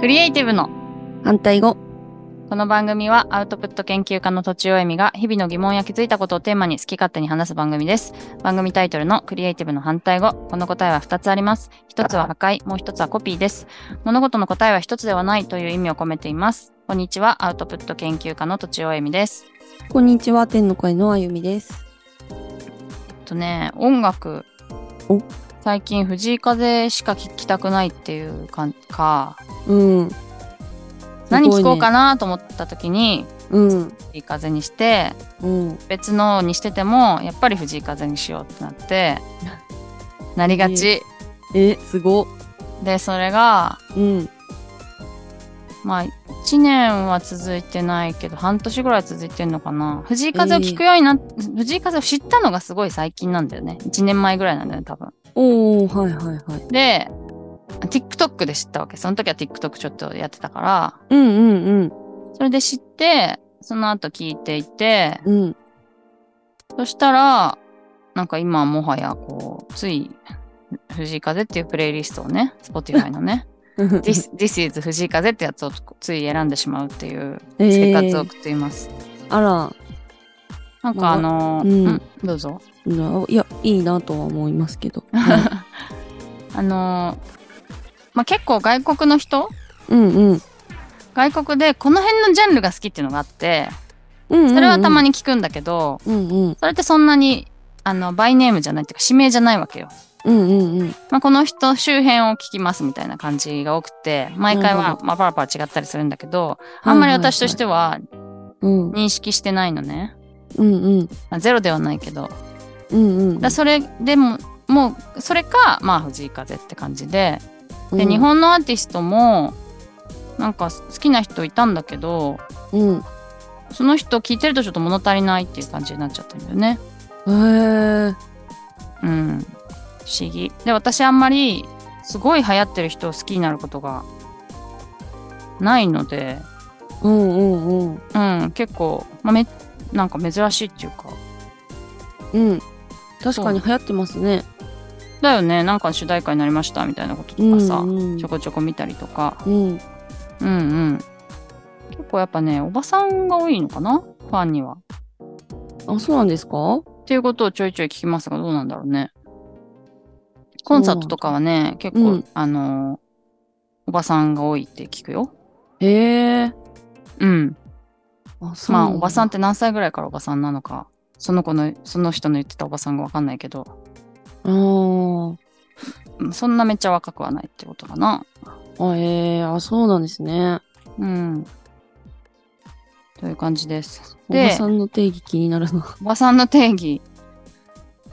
ティブの反対語この番組はアウトプット研究家のとちおえみが日々の疑問や気づいたことをテーマに好き勝手に話す番組です。番組タイトルのクリエイティブの反対語、この答えは2つあります。1つは破壊、もう1つはコピーです。物事の答えは1つではないという意味を込めています。こんにちは、アウトプット研究家のとちおえみです。こんにちは天の会のあゆみですえっとね、音楽お、最近藤井風しか聴きたくないっていうかか、うん何聴こうかな、なと思った時に、うん藤井風にして、うん別のにしててもやっぱり藤井風にしようってなってなりがち、えすごでそれがうんまあ1年は続いてないけど半年ぐらい続いてんのかな藤井風を聞くようになっ、藤井風を知ったのがすごい最近なんだよね1年前ぐらいなんだよね多分おおはいはいはいで TikTok で知ったわけその時は TikTok ちょっとやってたからうんうんそれで知ってその後聞いていてうん うんそしたらなんか今もはやこうつい藤井風っていうプレイリストをね Spotify の ね This, This is 藤井風ってやつをつい選んでしまうっていう生活をえー送っています。あらなんかあのーうんうんどうぞ。いやいいなとは思いますけど、 あのーまあ、結構外国の人うんうん外国でこの辺のジャンルが好きっていうのがあってうんそれはたまにに聞くんだけど、うんうんそれってそんなにあのバイネームじゃないっていうか指名じゃないわけよ。うんうんうんまあ、この人周辺を聞きますみたいな感じが多くて毎回なるはほまあパラパラ違ったりするんだけどあんまり私としててはうんうん認識してないのね、うんまあ、ゼロではないけどうんうんだからそれでももうそれかまあ藤井風って感じででうん日本のアーティストもなんか好きな人いたんだけどうんその人聞いてるとちょっと物足りないっていう感じになっちゃったんだよねへえうん不思議で私あんまりすごい流行ってる人を好きになることがないのでうんうんうんうん、結構、まあ、めなんか珍しいっていうか。うん確かに流行ってますねだよね、なんか主題歌になりましたみたいなこととかさ、うんうんちょこちょこ見たりとか。うんうんうん。結構やっぱね、おばさんが多いのかなファンには。あそうなんですかっていうことをちょいちょい聞きますが、どうなんだろうね。コンサートとかはね、結構、うんあのーおばさんが多いって聞くよ。へえうん。あそうまなあ、だおばさんって何歳ぐらいからおばさんなのか、その子の、その人の言ってたおばさんがわかんないけど、あーうんそんなめっちゃ若くはないってことかな。あへえあそうなんですねうん。という感じです。おばで、さんの定義気にな るなはおばさんの定義。い、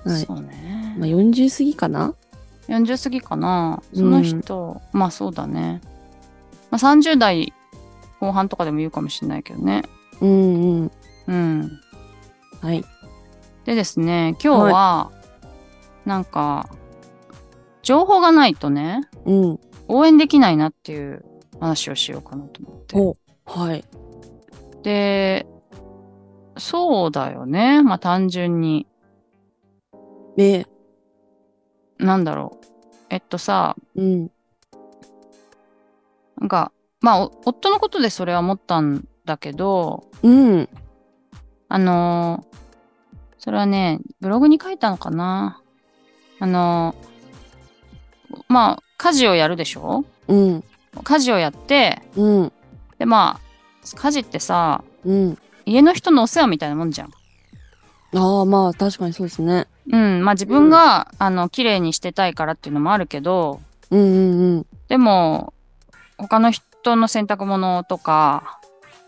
そうねまあ、。40過ぎかな40過ぎかな。その人、まあそうだね。まあ、30代後半とかでも言うかもしれないけどね。うんうんうん。はいでですね、今日は、なんか、情報がないとね、うん応援できないなっていう話をしようかなと思って。おはいで、そうだよね。まあ単純に。えなんだろう。えっとさ、うんなんか、まあ、お夫のことでそれは思ったんだけど、うんあのーそれはね、ブログに書いたのかな。あのーまあ、家事をやるでしょうん家事をやって、うんで、まあ、家事ってさ、うん家の人のお世話みたいなもんじゃん。ああまあ確かにそうですねうん、まあ自分が、あの、綺麗にしてたいからっていうのもあるけど、うんうんでも他の人の洗濯物とか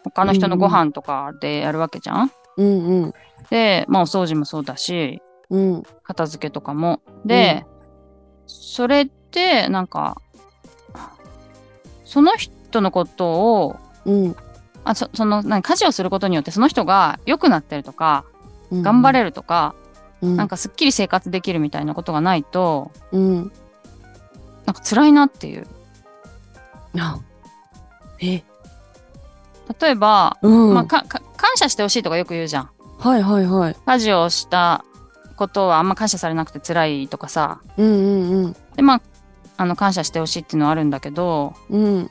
他の人のご飯とかでやるわけじゃん、うんうんうんで、まあ、お掃除もそうだしうん片付けとかもで、それってなんかその人のことをうんあそその何家事をすることによってその人が良くなってるとかうん頑張れるとか、うんなんかすっきり生活できるみたいなことがないとうんなんか辛いなっていうあえ例えば、うん、まあ、かか感謝してほしいとかよく言うじゃんはいはいはい家事をしたことはあんま感謝されなくて辛いとかさうんうんうんでまああの感謝してほしいっていうのはあるんだけどうん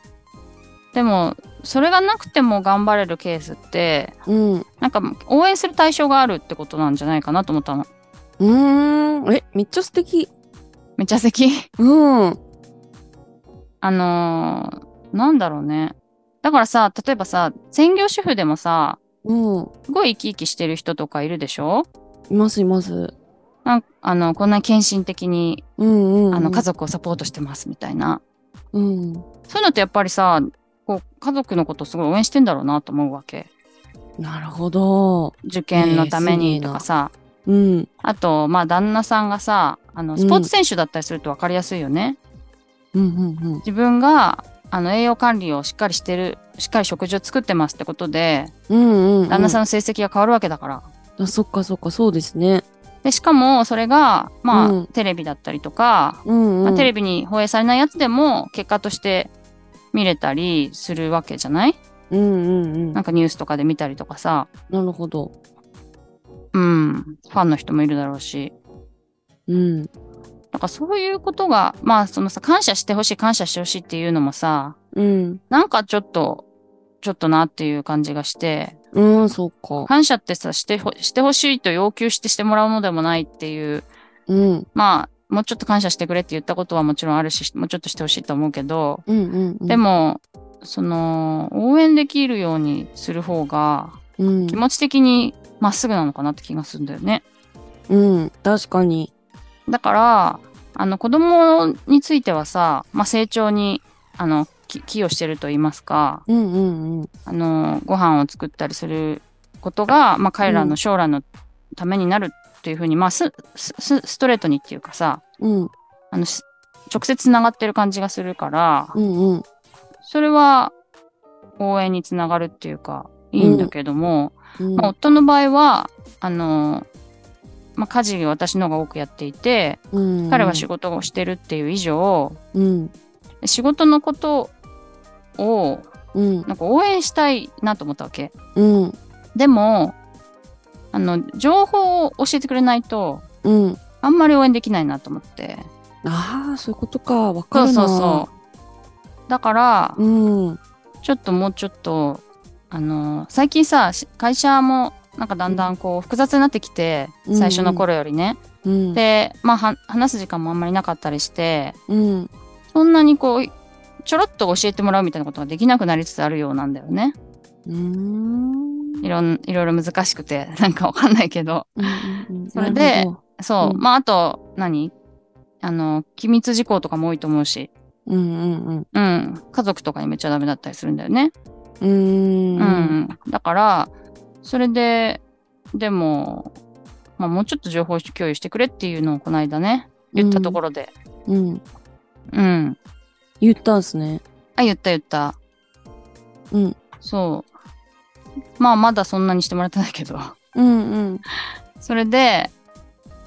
でもそれがなくても頑張れるケースってうん。うなんか応援する対象があるってことなんじゃないかなと思ったのーん。え、めっちゃ素敵。めっちゃ素敵うん。 あのーなんだろうねだからさ例えばさ専業主婦でもさうん。すごい生き生きしてる人とかいるでしょいますいます。なんあのこんな献身的にうんうん、うん。あの家族をサポートしてますみたいな、うん。そういうのってやっぱりさこう家族のことすごい応援してんだろうなと思うわけなるほど。受験のためええすげえになとかさ、うん。あとまあ旦那さんがさあのスポーツ選手だったりすると分かりやすいよね、うんうんうん。自分があの栄養管理をしっかりしてるしっかり食事を作ってますってことでうんうん。旦那さんん。の成績が変わるわけだから、あ、そっかそっか、そうですね。でしかもそれがまあ、うんテレビだったりとか、うん、うん。まあテレビ。ビに放映されないやつでも結果として見れたりするわけじゃないうんうんうん。なんかニュースとかで見たりとかさ、なるほど。うん、ファンの人もいるだろうしうん。だからそういうことがまあそのさ感謝してほしい感謝してほしいっていうのもさうん。なんかちょっとちょっとなっていう感じがしてうん、そっか。感謝ってさしてほしてほしいと要求してしてもらうのでもないっていううん。まあもうちょっと感謝してくれって言ったことはもちろんあるしもうちょっとしてほしいと思うけど、うんうん、うん。で、もその応援できるようにする方がうん気。持ち的にまっすぐなのかなって気がするんだよね。うん。確かに。だからあの子供についてはさ、まあ、成長にあのき寄与してると言いますかうんうんうん。あのご飯を作ったりすることが、まあ、彼らの将来のためになるっていうふうに、まあ、すすすストレートにっていうかさうん。あのし直接つながってる感じがするからうんうん。それは応援につながるっていうかいいんだけども、うんまあ、夫の場合はあの、まあ、家事を私の方が多くやっていてうん、彼は仕事をしてるっていう以上、うん。仕事のことをうん。なんか応援したいなと思ったわけうん。でもあの情報を教えてくれないとうん。あんまり応援できないなと思ってああ、そういうことか。わかそうるそな。うそうだからう。うん。ちょっともうちょっとあの最近さし会社もなんかだんだんこう複雑になってきてうん最初の頃よりね、うん。、で、まあ、は話す時間もあんまりなかったりしてうん。そんなにこうちょろっと教えてもらうみたいなことができなくなりつつあるようなんだよね。うーん。いろんいろいろ難しくてなんかわかんないけどうんうんうんそれでなるほどそう、うんまああと何あの機密事項とかも多いと思うし、うんうんうん、家族とかにめっちゃダメだったりするんだよね、うん。うーん。うんだからそれででも、まあ、もうちょっと情報共有してくれっていうのをこの間ね言ったところで、うん。うん言ったんすね。あ言った言ったうんそうまあまだそんなにしてもらってないけど うんうん。それで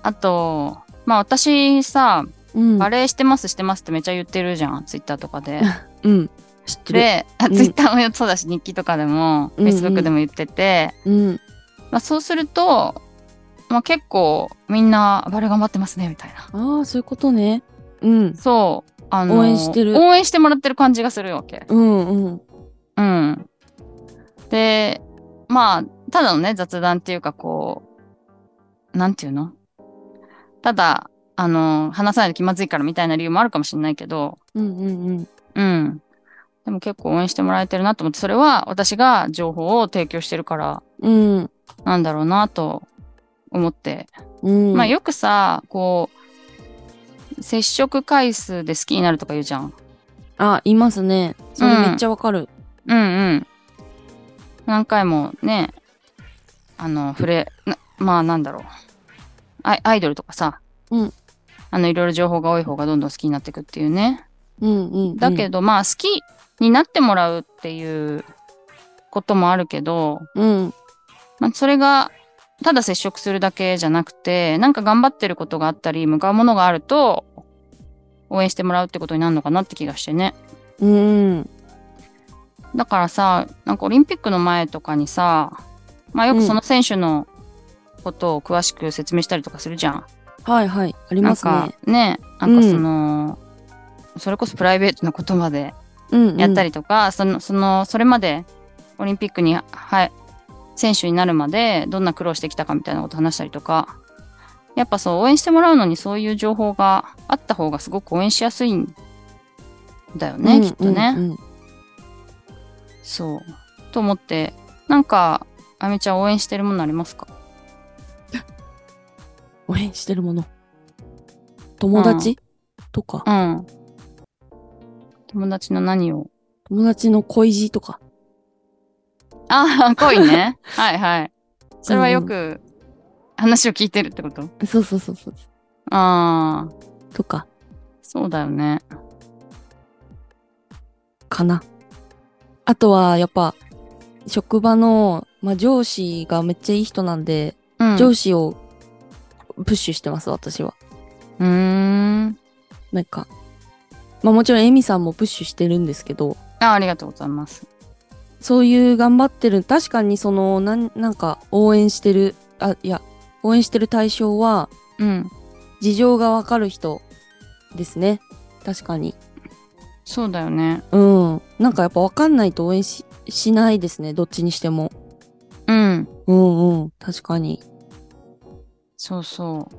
あとまあ私さうん。バレエしてますしてますってめっちゃ言ってるじゃんツイッターとかで。うん。知ってる。で、あうんツイッターもそうだし日記とかでも、うんうん Facebook でも言ってて、うん。まあ、そうすると、まあ、結構みんなバレエ頑張ってますねみたいなああ、そういうことね。うん。そうあの応援してる応援してもらってる感じがするわけ。うんうん。うん、でまあただのね雑談っていうかこうなんていうのただあの話さないと気まずいからみたいな理由もあるかもしれないけど、うんうんうん。うん。でも結構応援してもらえてるなと思って、それは私が情報を提供してるからうん。なんだろうなと思って。うん。まあよくさ、こう、接触回数で好きになるとか言うじゃん。あ、いますね。それめっちゃわかる。うんうん。何回もね、あの、触れ、なまあなんだろうアイ。アイドルとかさ、うんあの、いろいろ情報が多い方がどんどん好きになっていくっていうね。うんうん、だけど、ど、まあ好きになってもらうっていうこともあるけど、うん。まあ、それがただ接触するだけじゃなくてなんか頑張ってることがあったり向かうものがあると応援してもらうってことになるのかなって気がしてねうん。だからさなんかオリンピックの前とかにさ、まあ、よくその選手のことを詳しく説明したりとかするじゃん。はいはい。ありなまんすねか。ねなんかその、それこそプライベートなことまでうんうんやったりとか、そのそのそれまでオリンピックに、はい、選手になるまでどんな苦労してきたかみたいなこと話したりとかやっぱそう応援してもらうのにそういう情報があった方がすごく応援しやすいんだよね、うんきっとね。うんうんそうと思ってなんかあみちゃん応援してるものありますか応援してるもの友達、とかうん。友達の何を友達の恋路とかあ あ、恋ね。はいはい。それはよく話を聞いてるってこと、そうそうそうそうああ、とかそうだよね。かなあとはやっぱ職場の、まあ、上司がめっちゃいい人なんで、うん。上司をプッシュしてます私はうーん。なんかまあもちろんエミさんもプッシュしてるんですけどあありがとうございます。そういう頑張ってる確かにそのなんなんか応援してるあいや応援してる対象はうん。事情がわかる人ですね確かにそうだよね。うんなんかやっぱわかんないと応援ししないですねどっちにしてもうん。うんうん確かにそうそ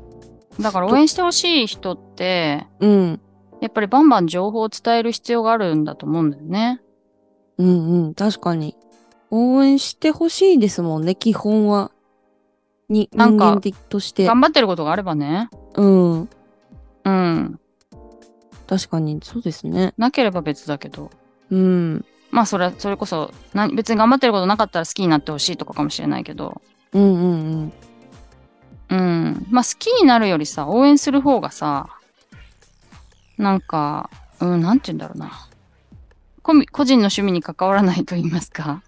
う。だから応援してほしい人って、うんやっぱりバンバン情報を伝える必要があるんだと思うんだよね。うんうん確かに応援してほしいですもんね基本はになん人か間的として頑張ってることがあればね。うんうん。確かにそうですねなければ別だけど。うんまあそれはそれこそ何別に頑張ってることなかったら好きになってほしいとかかもしれないけど、うんうんうんうん、まあ好きになるよりさ応援する方がさなんか、うん、なんて言うんだろうなこみ個人の趣味に関わらないと言いますか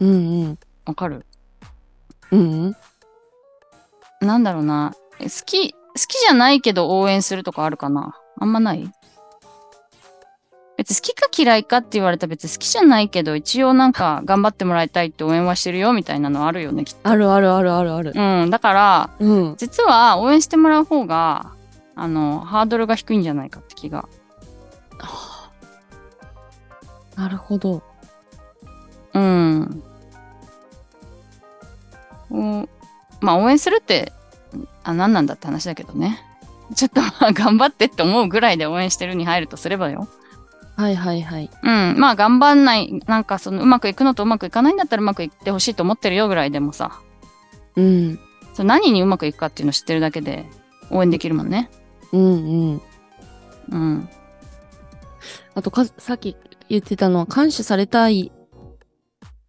うんうんわかるうんうんなんだろうなえ好き好きじゃないけど応援するとかあるかなあんまない別に好きか嫌いかって言われたら別に好きじゃないけど一応なんか頑張ってもらいたいって応援はしてるよみたいなのあるよねきっとあるあるあるあるあるうん、だからうん実は応援してもらう方があのハードルが低いんじゃないかって気が。なるほどうん。おまあ応援するってあ何なんだって話だけどね。 ちょっとまあ頑張ってって思うぐらいで応援してるに入るとすればよ。はいはいはいうん。まあ頑張んない、なんかそのうまくいくのとうまくいかないんだったらうまくいってほしいと思ってるよぐらいでもさ、うんその何にうまくいくかっていうのを知ってるだけで応援できるもんね。うんうんうん。あとかさっき言ってたのは感謝されたい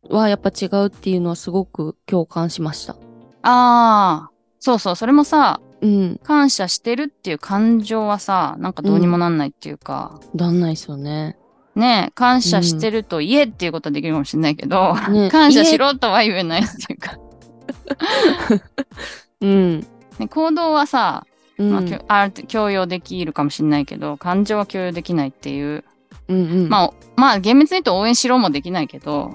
はやっぱ違うっていうのはすごく共感しましたああ、そうそう、それもさ、うん感謝してるっていう感情はさなんかどうにもなんないっていうか、なんないですよねねえ感謝してると言えっていうことはできるかもしれないけど、ね感謝しろとは言えないっていうか、うんね、行動はさ、うん、まあきょある程度強要できるかもしれないけど感情は強要できないっていう、うんうん、まあまあおまあ厳密に言うと応援しろもできないけど、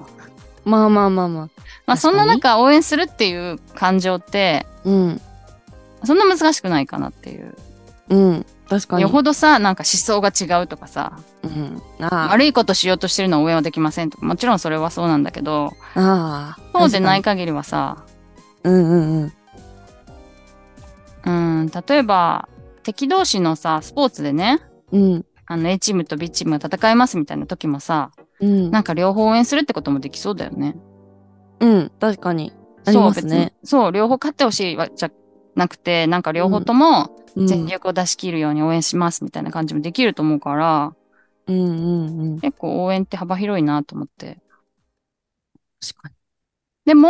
まあまあまあままあ、確かにそんな中応援するっていう感情ってあうんそんな難しくないかなっていううん確かによほどさなんか思想が違うとかさうん、あ悪いことしようとしてるのは応援はできませんとかもちろんそれはそうなんだけど、あああそうでない限りはさ、確かにうんうんうんうん、例えば敵同士のさ、スポーツでね、うんあの A チームと B チームが戦いますみたいな時もさ、うんなんか両方応援するってこともできそうだよね。うん確かにありまそすう、別にねそう、両方勝ってほしいわじゃなくて、なんか両方ともうん全力を出し切るように応援しますみたいな感じもできると思うから、うんうんうん結構応援って幅広いなと思って。確かでも、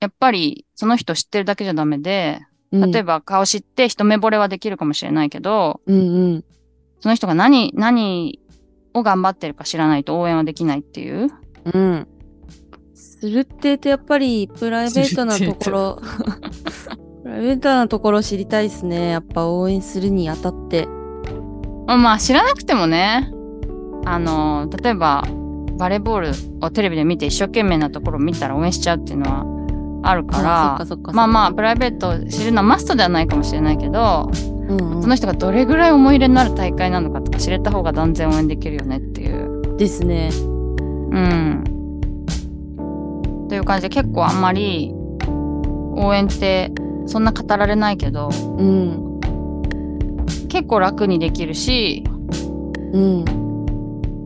やっぱりその人知ってるだけじゃダメで、に、うん、例えばば顔知って一目惚れはできるかもしれないけど、うんうんその人が何、何を頑張ってるか知らないと応援はできないっていう。うん。するってえとやっぱりプライベートなところプライベートなところ知りたいですねやっぱ応援するにあたってまあ知らなくてもね、あの、例えばバレーボールをテレビで見て一生懸命なところを見たら応援しちゃうっていうのはあるから、あそっかそっかそっかまあまあプライベートを知るのはマストではないかもしれないけど、うんその人がどれぐらい思い入れのある大会なのかとか知れた方が断然応援できるよねっていう。うん、ですね。うん。という感じで結構あんまり応援ってそんな語られないけどうん。結構楽にできるしうん。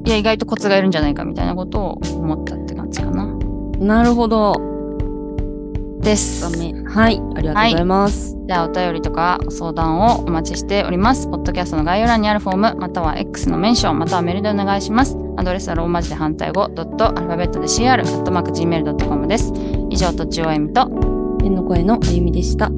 いや意外とコツがいるんじゃないかみたいなことを思ったって感じかな。なるほど。です。はい。ありがとうございます。じゃあお便りとか相談をお待ちしております。ポッドキャストの概要欄にあるフォーム、または X のメンション、またはメールでお願いします。アドレスはローマ字で反対語、ドットアルファベットで CR、アットマーク Gmail.com です。以上、とちおえみと、天の声のあゆみでした。